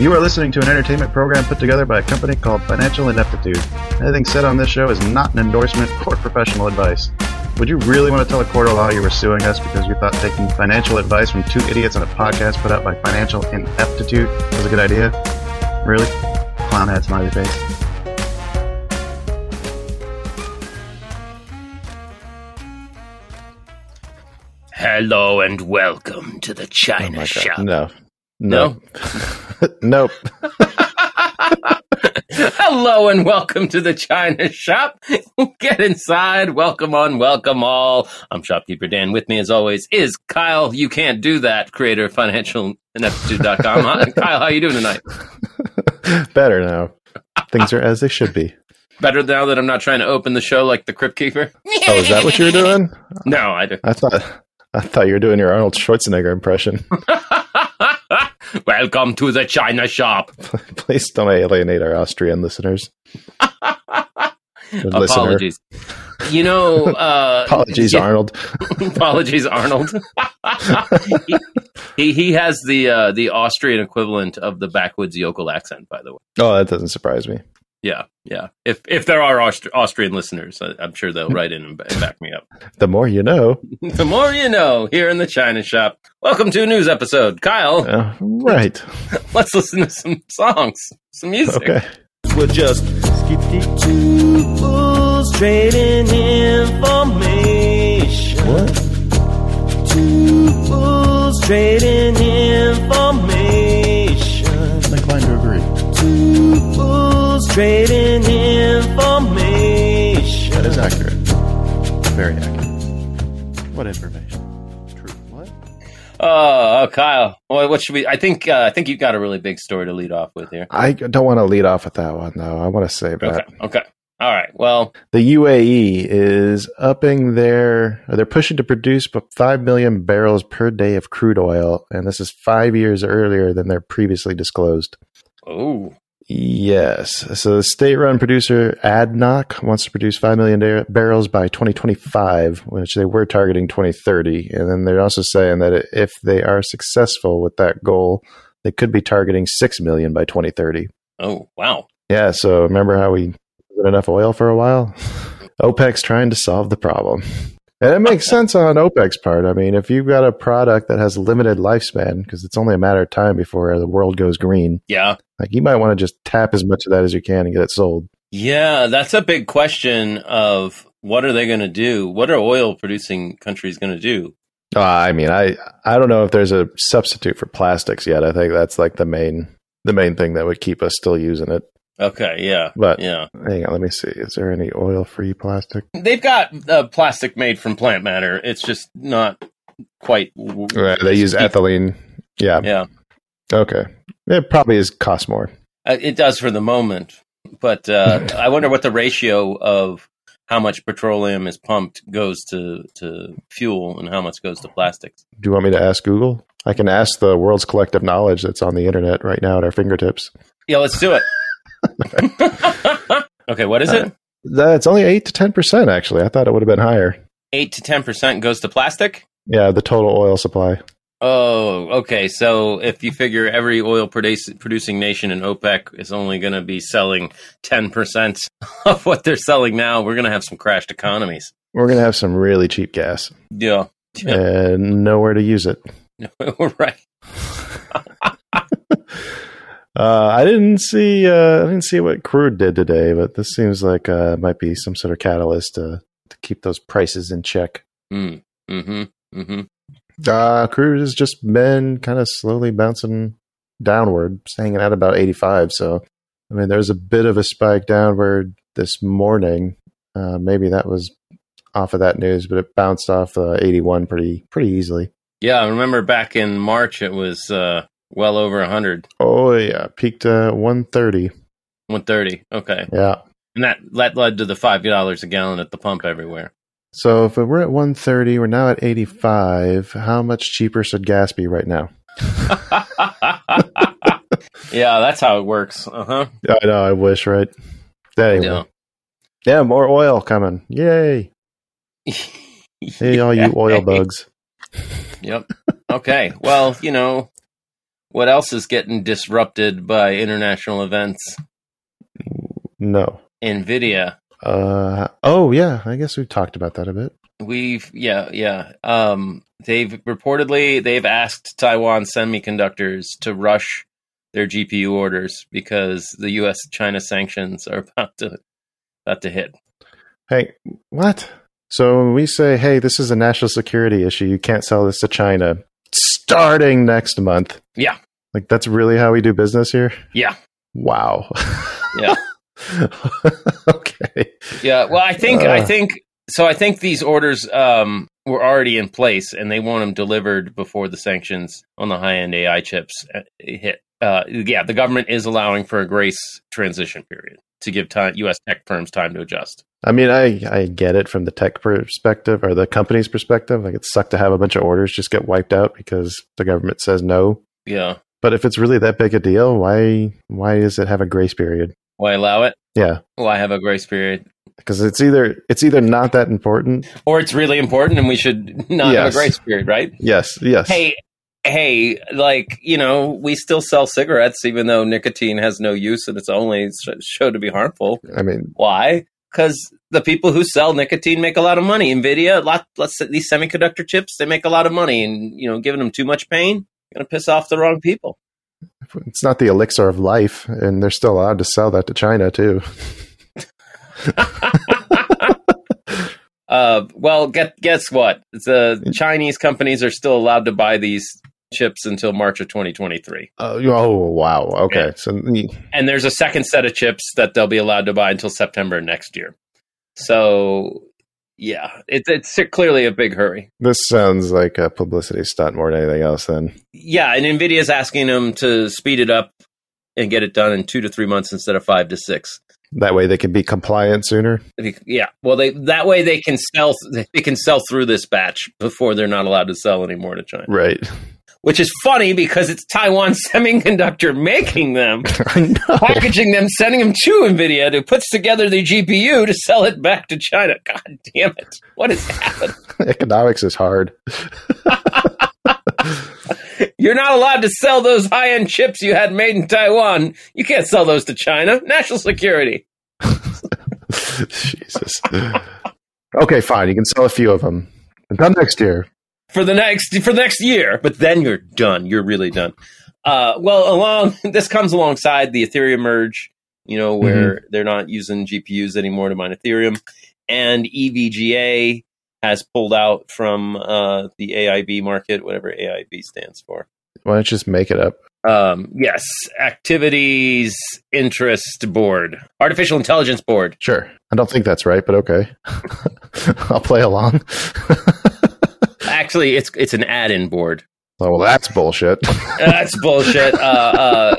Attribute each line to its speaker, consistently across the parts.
Speaker 1: You are listening to an entertainment program put together by a company called Financial Ineptitude. Anything said on this show is not an endorsement or professional advice. Would you really want to tell a court of law you were suing us because you thought taking financial advice from two idiots on a podcast put out by Financial Ineptitude was a good idea? Really? Clown hat smiley face.
Speaker 2: Hello and welcome to the China Shop.
Speaker 1: No. No. nope.
Speaker 2: Hello and welcome to the China Shop. Get inside. Welcome on, welcome all. I'm Shopkeeper Dan. With me, as always, is Kyle. You can't do that. Creator of financialineptitude.com. Hi, Kyle, how you doing tonight?
Speaker 1: Better now. Things are as they should be.
Speaker 2: Better now that I'm not trying to open the show like the Crypt Keeper.
Speaker 1: Oh, is that what you were doing?
Speaker 2: No, I do.
Speaker 1: I thought I thought you were doing your Arnold Schwarzenegger impression.
Speaker 2: welcome to the China Shop.
Speaker 1: Please don't alienate our Austrian listeners. Listener.
Speaker 2: Apologies. You know, uh,
Speaker 1: Apologies,
Speaker 2: yeah,
Speaker 1: Arnold.
Speaker 2: Apologies, Arnold. he, he he has the uh, the Austrian equivalent of the backwoods yokel accent, by the way.
Speaker 1: Oh, that doesn't surprise me.
Speaker 2: Yeah, yeah. If if there are Aust- Austrian listeners, I, I'm sure they'll write in and ba- back me up.
Speaker 1: The more you know.
Speaker 2: the more you know, here in the China shop. Welcome to a news episode, Kyle.
Speaker 1: Uh, right.
Speaker 2: Let's listen to some songs, some music.
Speaker 1: Okay.
Speaker 3: We're just two fools trading information.
Speaker 1: What?
Speaker 3: Two fools trading information.
Speaker 1: Inclined to agree.
Speaker 3: Two fools trading information.
Speaker 1: That is accurate. Very accurate. What information? True. What?
Speaker 2: Oh, oh, Kyle. Well, what should we? I think uh, I think you've got a really big story to lead off with here.
Speaker 1: I don't want to lead off with that one, though. I want to save that.
Speaker 2: Okay. Okay. All right. Well,
Speaker 1: The UAE is upping their, or they're pushing to produce about 5 million barrels per day of crude oil. And this is five years earlier than they're previously disclosed.
Speaker 2: oh,
Speaker 1: Yes. So the state run producer ADNOC wants to produce 5 million dar- barrels by 2025, which they were targeting 2030. And then they're also saying that if they are successful with that goal, they could be targeting 6 million by 2030.
Speaker 2: oh, wow.
Speaker 1: Yeah. So remember how we had enough oil for a while? OPEC's trying to solve the problem. And it makes sense on OPEC's part. I mean, if you've got a product that has limited lifespan, because it's only a matter of time before the world goes green,
Speaker 2: Yeah.
Speaker 1: like you might want to just tap as much of that as you can and get it sold.
Speaker 2: Yeah, that's a big question of what are they going to do? What are oil producing countries going to do?
Speaker 1: Uh, I mean, I I don't know if there's a substitute for plastics yet. I think that's like the main the main thing that would keep us still using it.
Speaker 2: Okay, yeah.
Speaker 1: But
Speaker 2: Yeah.
Speaker 1: hang on, let me see. Is there any oil free plastic?
Speaker 2: They've got uh, plastic made from plant matter. It's just not quite
Speaker 1: Right, they use ethylene. Yeah.
Speaker 2: Yeah.
Speaker 1: Okay. It probably is cost more.
Speaker 2: Uh, It does for the moment, but uh, I wonder what the ratio of how much petroleum is pumped goes to to fuel and how much goes to plastics.
Speaker 1: Do you want me to ask Google? I can ask the world's collective knowledge that's on the internet right now at our fingertips.
Speaker 2: Yeah, let's do it. okay, what is
Speaker 1: Uh,
Speaker 2: it?
Speaker 1: That's only eight to ten percent actually. I thought it would have been higher.
Speaker 2: 8 to 10% goes to plastic?
Speaker 1: Yeah, the total oil supply.
Speaker 2: Oh, okay. So if you figure every oil produce- producing nation in OPEC is only going to be selling 10% of what they're selling now, we're going to have some crashed economies.
Speaker 1: We're gonna have some really cheap gas
Speaker 2: Yeah. Yeah.
Speaker 1: and nowhere to use it.
Speaker 2: right.
Speaker 1: Uh, I didn't see. Uh, I didn't see what crude did today, but this seems like uh, it might be some sort of catalyst to, to keep those prices in check.
Speaker 2: Mm hmm. Mm hmm.
Speaker 1: Uh, crude has just been kind of slowly bouncing downward, it's hanging at about eighty-five. So, I mean, there's a bit of a spike downward this morning. Uh, maybe that was off of that news, but it bounced off uh, eighty-one pretty pretty easily.
Speaker 2: Yeah. I remember back in March, it was uh, well over 100,
Speaker 1: Oh yeah, peaked uh, one thirty.
Speaker 2: 130. Okay.
Speaker 1: Yeah,
Speaker 2: And that, that led to the $5 a gallon at the pump everywhere.
Speaker 1: So if we're at 130, we're now at 85. How much cheaper should gas be right now?
Speaker 2: yeah, that's how it works. Uh huh.
Speaker 1: I know. I wish, right? Anyway, yeah.
Speaker 2: Yeah.
Speaker 1: more oil coming. Yay! Hey, all you oil bugs.
Speaker 2: Yep. Okay. Well, you know, what else is getting disrupted by international events?
Speaker 1: No.
Speaker 2: Nvidia.
Speaker 1: Uh oh, yeah. I guess we've talked about that a bit.
Speaker 2: We've yeah, yeah. Um they've reportedly they've asked Taiwan Semiconductors to rush their GPU orders because the US China sanctions are about to about to hit.
Speaker 1: Hey, what? So when we say, hey, this is a national security issue. You can't sell this to China starting next month.
Speaker 2: Yeah.
Speaker 1: Like that's really how we do business here.
Speaker 2: Yeah.
Speaker 1: Wow.
Speaker 2: Yeah.
Speaker 1: okay.
Speaker 2: Yeah, well, I think I
Speaker 1: Uh.
Speaker 2: think so. I think these orders um, were already in place, and they want them delivered before the sanctions on the high-end AI chips uh, hit. Uh, yeah, the government is allowing for a grace transition period to give time, U.S. tech firms time to adjust.
Speaker 1: I mean, I I get it from the tech perspective or the company's perspective. Like it sucked to have a bunch of orders just get wiped out because the government says no.
Speaker 2: Yeah,
Speaker 1: But if it's really that big a deal, why why does it have a grace period?
Speaker 2: why allow it?
Speaker 1: Yeah,
Speaker 2: Why have a grace period?
Speaker 1: because it's either it's either not that important.
Speaker 2: Or it's really important, and we should not have
Speaker 1: Yes.
Speaker 2: a grace period, right?
Speaker 1: Yes, yes.
Speaker 2: Hey. Hey, like, you know, we still sell cigarettes even though nicotine has no use and it's only sh- shown to be harmful.
Speaker 1: I mean,
Speaker 2: Why? Because the people who sell nicotine make a lot of money. Nvidia, a lot, let's say these semiconductor chips, they make a lot of money, and you know, giving them too much pain, gonna piss off the wrong people.
Speaker 1: it's not the elixir of life, and they're still allowed to sell that to China too.
Speaker 2: Uh, well, get, guess what? The Chinese companies are still allowed to buy these chips until March of 2023,
Speaker 1: Uh, oh wow. Okay.
Speaker 2: Yeah.
Speaker 1: So mm,
Speaker 2: and there's a second set of chips that they'll be allowed to buy until September next year. So, yeah, it, it's clearly a big hurry.
Speaker 1: this sounds like a publicity stunt more than anything else. Then
Speaker 2: yeah, and Nvidia's asking them to speed it up and get it done in two to three months instead of five to six.
Speaker 1: that way they can be compliant sooner.
Speaker 2: If you- Yeah, well, they that way they can sell they can sell through this batch before they're not allowed to sell anymore to China,
Speaker 1: Right.
Speaker 2: which is funny because it's Taiwan Semiconductor making them,
Speaker 1: I know.
Speaker 2: packaging them, sending them to Nvidia who puts together the GPU to sell it back to China. God damn it! What is happening?
Speaker 1: Economics is hard.
Speaker 2: You're not allowed to sell those high end chips you had made in Taiwan. You can't sell those to China. National security.
Speaker 1: Jesus. okay, fine. You can sell a few of them. Until next year.
Speaker 2: for the next for the next year. But then you're done. You're really done. Uh, well, along this comes alongside the Ethereum merge, you know, where they're not using GPUs anymore to mine Ethereum, and E EVGA has pulled out from uh, the AIB market, whatever AIB stands for.
Speaker 1: Why don't you just make it up?
Speaker 2: Um, yes, activities interest board, artificial intelligence board.
Speaker 1: Sure. I don't think that's right, but okay. I'll play along.
Speaker 2: Actually, it's it's an add-in board.
Speaker 1: oh, well, that's bullshit.
Speaker 2: That's bullshit. Uh, uh,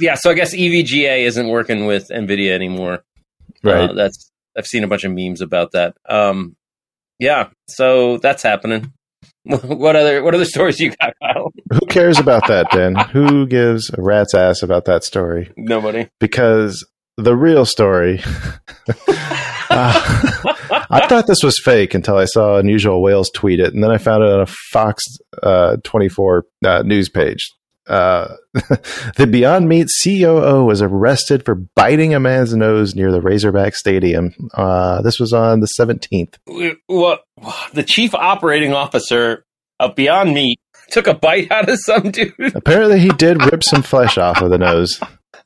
Speaker 2: yeah, so I guess E EVGA isn't working with NVIDIA anymore.
Speaker 1: right.
Speaker 2: Uh, that's I've seen a bunch of memes about that. Um, yeah, so that's happening. what other what other stories you got, Kyle?
Speaker 1: Who cares about that, Dan? Who gives a rat's ass about that story?
Speaker 2: Nobody.
Speaker 1: Because the real story. Uh, I thought this was fake until I saw Unusual Whales tweet it, and then I found it on a Fox uh, 24 uh, news page. Uh, the Beyond Meat COO was arrested for biting a man's nose near the Razorback Stadium. Uh, this was on the 17th.
Speaker 2: What the chief operating officer of Beyond Meat took a bite out of some dude.
Speaker 1: Apparently, he did rip some flesh off of the nose.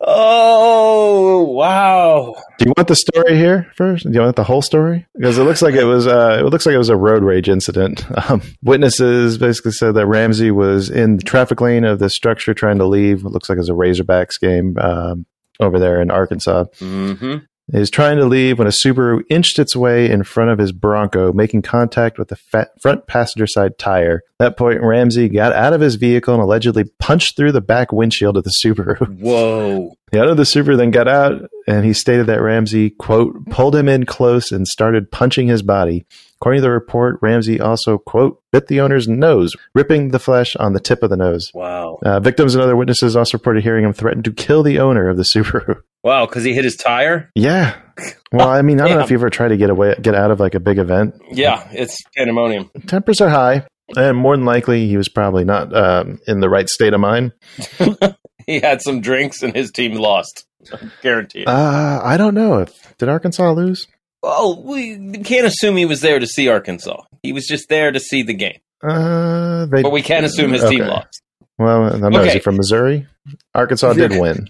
Speaker 2: Oh wow!
Speaker 1: Do you want the story here first? Do you want the whole story? Because it looks like it was uh, it looks like it was a road rage incident. Um, witnesses basically said that Ramsey was in the traffic lane of the structure trying to leave. It looks like it was a Razorbacks game um, over there in Arkansas.
Speaker 2: Mm-hmm.
Speaker 1: He was trying to leave when a Subaru inched its way in front of his Bronco, making contact with the fa- front passenger side tire. At that point, Ramsey got out of his vehicle and allegedly punched through the back windshield of the Subaru.
Speaker 2: Whoa.
Speaker 1: The owner of the Subaru then got out and he stated that Ramsey, quote, pulled him in close and started punching his body. According to the report, Ramsey also, quote, bit the owner's nose, ripping the flesh on the tip of the nose.
Speaker 2: Wow.
Speaker 1: Uh, victims and other witnesses also reported hearing him threaten to kill the owner of the Subaru.
Speaker 2: Wow, because he hit his tire?
Speaker 1: Yeah. Well, I mean, I don't know if
Speaker 2: Damn.
Speaker 1: you ever tried to get away, get out of like a big event.
Speaker 2: Yeah, it's pandemonium.
Speaker 1: Tempers are high, and more than likely, he was probably not um, in the right state of mind.
Speaker 2: He had some drinks and his team lost. Guaranteed.
Speaker 1: Uh, I don't know if did Arkansas lose.
Speaker 2: well, we can't assume he was there to see Arkansas. He was just there to see the game.
Speaker 1: Uh, they
Speaker 2: But we can assume his team
Speaker 1: Okay.
Speaker 2: lost.
Speaker 1: Well, I don't know. Is
Speaker 2: Okay.
Speaker 1: he from Missouri? Arkansas did win.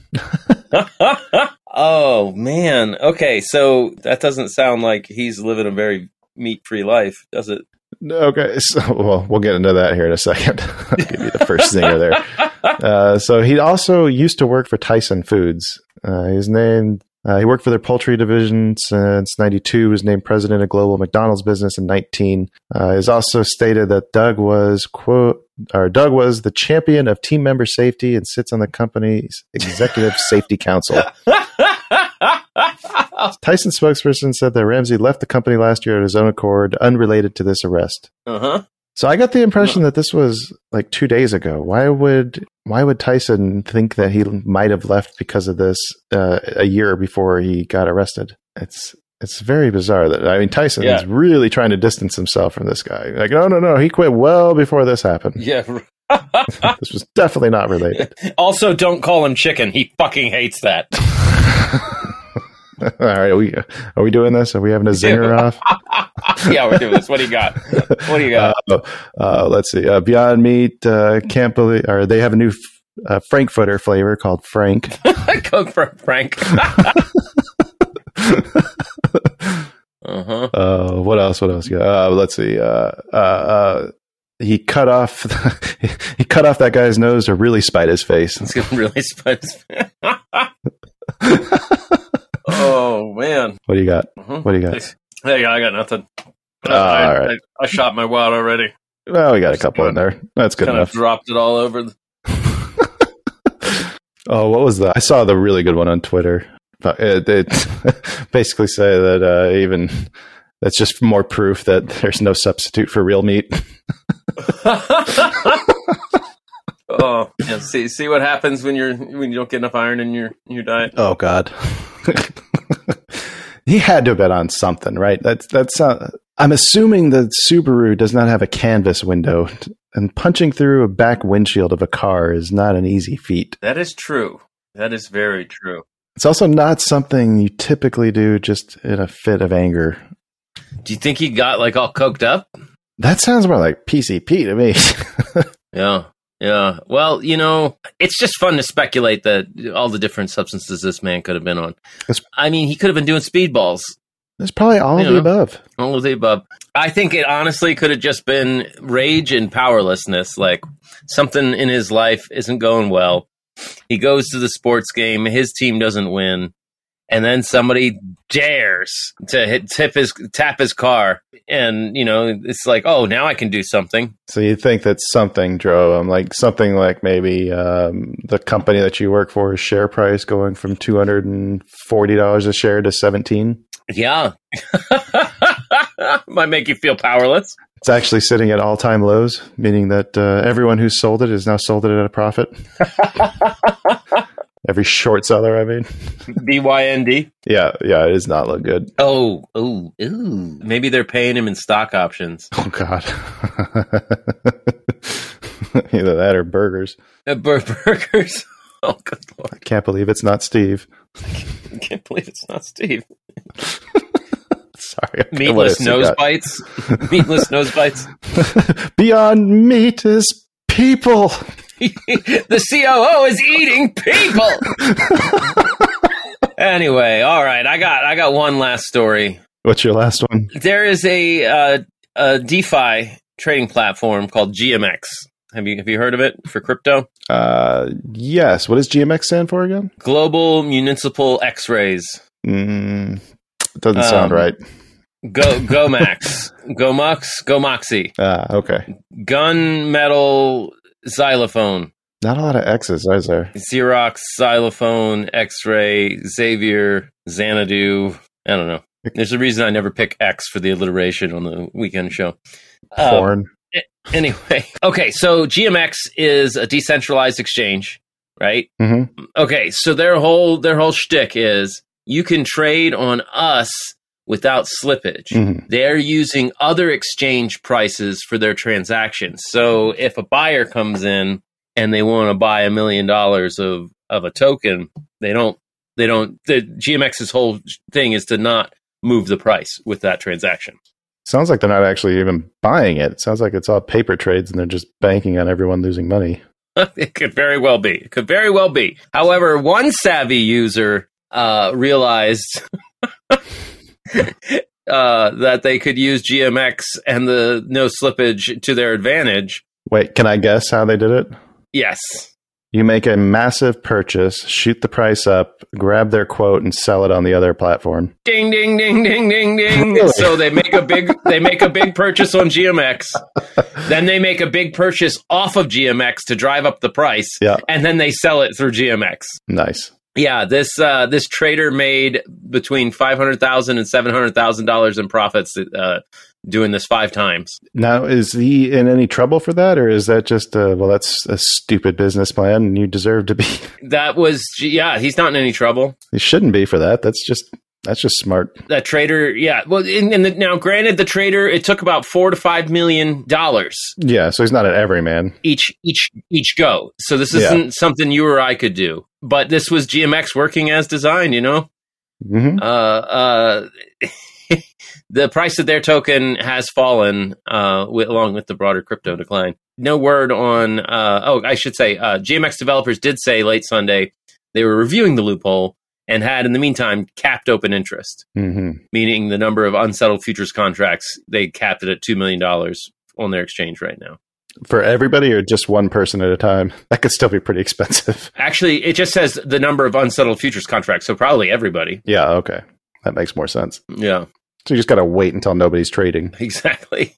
Speaker 2: oh man. Okay, so that doesn't sound like he's living a very meat free life, does it?
Speaker 1: Okay, so well, we'll get into that here in a second. I'll give you the first zinger there. Uh, so he also used to work for Tyson Foods. Uh, his name. Uh, he worked for their poultry division since 92, was named president of global McDonald's business in 19. Uh, it is also stated that Doug was, quote, or Doug was the champion of team member safety and sits on the company's executive safety council. Tyson spokesperson said that Ramsey left the company last year at his own accord, unrelated to this arrest.
Speaker 2: uh-huh.
Speaker 1: So I got the impression that this was like two days ago. Why would why would Tyson think that he might have left because of this uh, a year before he got arrested? It's it's very bizarre that I mean Tyson
Speaker 2: Yeah.
Speaker 1: is really trying to distance himself from this guy. Like, oh, no, no, no, he quit well before this happened.
Speaker 2: Yeah.
Speaker 1: this was definitely not related.
Speaker 2: also, don't call him chicken. He fucking hates that.
Speaker 1: All right, are we are we doing this? Are we having a zinger off?
Speaker 2: yeah, we're doing this. What do you got? What do you got?
Speaker 1: Uh, uh, let's see. Uh, Beyond Meat uh, can't believe, or they have a new f- uh, Frankfurter flavor called Frank.
Speaker 2: I come from Frank. uh-huh.
Speaker 1: Uh, what else? What else? Uh, let's see. Uh, uh, uh, he cut off. he cut off that guy's nose to really spite his face.
Speaker 2: It's getting really spicy. oh man.
Speaker 1: What do you got?
Speaker 2: Uh-huh.
Speaker 1: What do you got?
Speaker 2: There you go. I got nothing. I,
Speaker 1: Ah, all
Speaker 2: I,
Speaker 1: right.
Speaker 2: I, I shot my wad already.
Speaker 1: Well, we got a couple in there. That's good
Speaker 2: Kind of
Speaker 1: enough.
Speaker 2: dropped it all over. The,
Speaker 1: Oh, what was that? I saw the really good one on Twitter. But It, it basically say that uh, even that's just more proof that there's no substitute for real meat.
Speaker 2: oh, yeah, see, see what happens when you're when you don't get enough iron in your in your diet.
Speaker 1: Oh God, he had to have been on something, right? That's that's. Uh, I'm assuming the Subaru does not have a canvas window, and punching through a back windshield of a car is not an easy feat.
Speaker 2: That is true. That is very true.
Speaker 1: It's also not something you typically do just in a fit of anger.
Speaker 2: Do you think he got like all coked up?
Speaker 1: That sounds more like PCP to me.
Speaker 2: Yeah. Yeah. Well, you know, it's just fun to speculate that all the different substances this man could have been on.
Speaker 1: That's-
Speaker 2: I mean, he could have been doing speedballs,
Speaker 1: it's probably all of
Speaker 2: Yeah.
Speaker 1: the above.
Speaker 2: all of the above. I think it honestly could have just been rage and powerlessness. Like something in his life isn't going well. He goes to the sports game, his team doesn't win. And then somebody dares to hit, tip his tap his car, and you know it's like, oh, now I can do something.
Speaker 1: So you think that something drove him, like something like maybe um, the company that you work for share price going from two hundred and forty dollars a share to seventeen.
Speaker 2: Yeah. Might make you feel powerless.
Speaker 1: It's actually sitting at all time lows, meaning that uh, everyone who sold it has now sold it at a profit. Every short seller, I mean.
Speaker 2: BYND.
Speaker 1: Yeah, yeah, it does not look good.
Speaker 2: Oh, oh, ooh. Maybe they're paying him in stock options.
Speaker 1: Oh, God. Either that or burgers.
Speaker 2: Uh, bur- burgers. Oh, good lord.
Speaker 1: I can't believe it's not Steve.
Speaker 2: I can't believe it's not Steve.
Speaker 1: Sorry. Okay, what else
Speaker 2: Meatless
Speaker 1: you
Speaker 2: nose
Speaker 1: got?
Speaker 2: bites. Meatless nose bites.
Speaker 1: Beyond meat is people.
Speaker 2: the COO is eating people. anyway, all right. I got I got one last story.
Speaker 1: What's your last one?
Speaker 2: There is a uh, a DeFi trading platform called GMX. Have you have you heard of it for crypto?
Speaker 1: Uh, yes. What does GMX stand for again?
Speaker 2: Global Municipal X-rays.
Speaker 1: Mm, doesn't sound
Speaker 2: Um,
Speaker 1: right.
Speaker 2: Go Gomax, Gomox, Gomoxy,
Speaker 1: Ah, okay.
Speaker 2: gun metal xylophone,
Speaker 1: Not a lot of X's, is there?
Speaker 2: Xerox xylophone, X-ray, Xavier, Xanadu. I don't know. There's a reason I never pick X for the alliteration on the weekend show. Uh,
Speaker 1: Porn.
Speaker 2: anyway, okay, so GMX is a decentralized exchange, right?
Speaker 1: Mhm.
Speaker 2: Okay, so their whole their whole shtick is you can trade on us without slippage.
Speaker 1: Mhm.
Speaker 2: They're using other exchange prices for their transactions. So if a buyer comes in and they want to buy a million dollars of of a token, they don't they don't the GMX's whole thing is to not move the price with that transaction.
Speaker 1: Sounds like they're not actually even buying it. Sounds like it's all paper trades and they're just banking on everyone losing money.
Speaker 2: it could very well be. It could very well be. However, one savvy user uh, realized uh, that they could use GMX and the no slippage to their advantage.
Speaker 1: Wait, can I guess how they did it?
Speaker 2: Yes.
Speaker 1: You make a massive purchase, shoot the price up, grab their quote, and sell it on the other platform.
Speaker 2: Ding ding ding ding ding ding.
Speaker 1: Really?
Speaker 2: So they make a big they make a big purchase on GMX. Then they make a big purchase off of GMX to drive up the price.
Speaker 1: Yeah.
Speaker 2: And then they sell it through GMX.
Speaker 1: Nice.
Speaker 2: Yeah, this uh, this trader made between five hundred thousand and seven hundred thousand dollars in profits uh, doing this five times.
Speaker 1: Now, is he in any trouble for that, or is that just a well? That's a stupid business plan, and you deserve to be.
Speaker 2: That was yeah, he's not in any trouble.
Speaker 1: You shouldn't be for that. That's just that's just smart.
Speaker 2: That trader, yeah. Well, in, in the, now granted, the trader it took about four to five million dollars
Speaker 1: Yeah. So he's not an everyman.
Speaker 2: each each each go. So this
Speaker 1: Yeah.
Speaker 2: isn't something you or I could do. But this was GMX working as designed. You know,
Speaker 1: hmm
Speaker 2: uh, uh, the price of their token has fallen uh, with, along with the broader crypto decline. No word on. Uh, oh, I should say, uh, GMX developers did say late Sunday they were reviewing the loophole and had, in the meantime, capped open interest,
Speaker 1: hmm
Speaker 2: meaning the number of unsettled futures contracts they capped it at two million dollars on their exchange right now.
Speaker 1: For everybody, or just one person at a time. That could still be pretty expensive.
Speaker 2: Actually, it just says the number of unsettled futures contracts, so probably everybody.
Speaker 1: yeah. Okay. That makes more sense.
Speaker 2: Yeah.
Speaker 1: So you just gotta wait until nobody's trading.
Speaker 2: Exactly.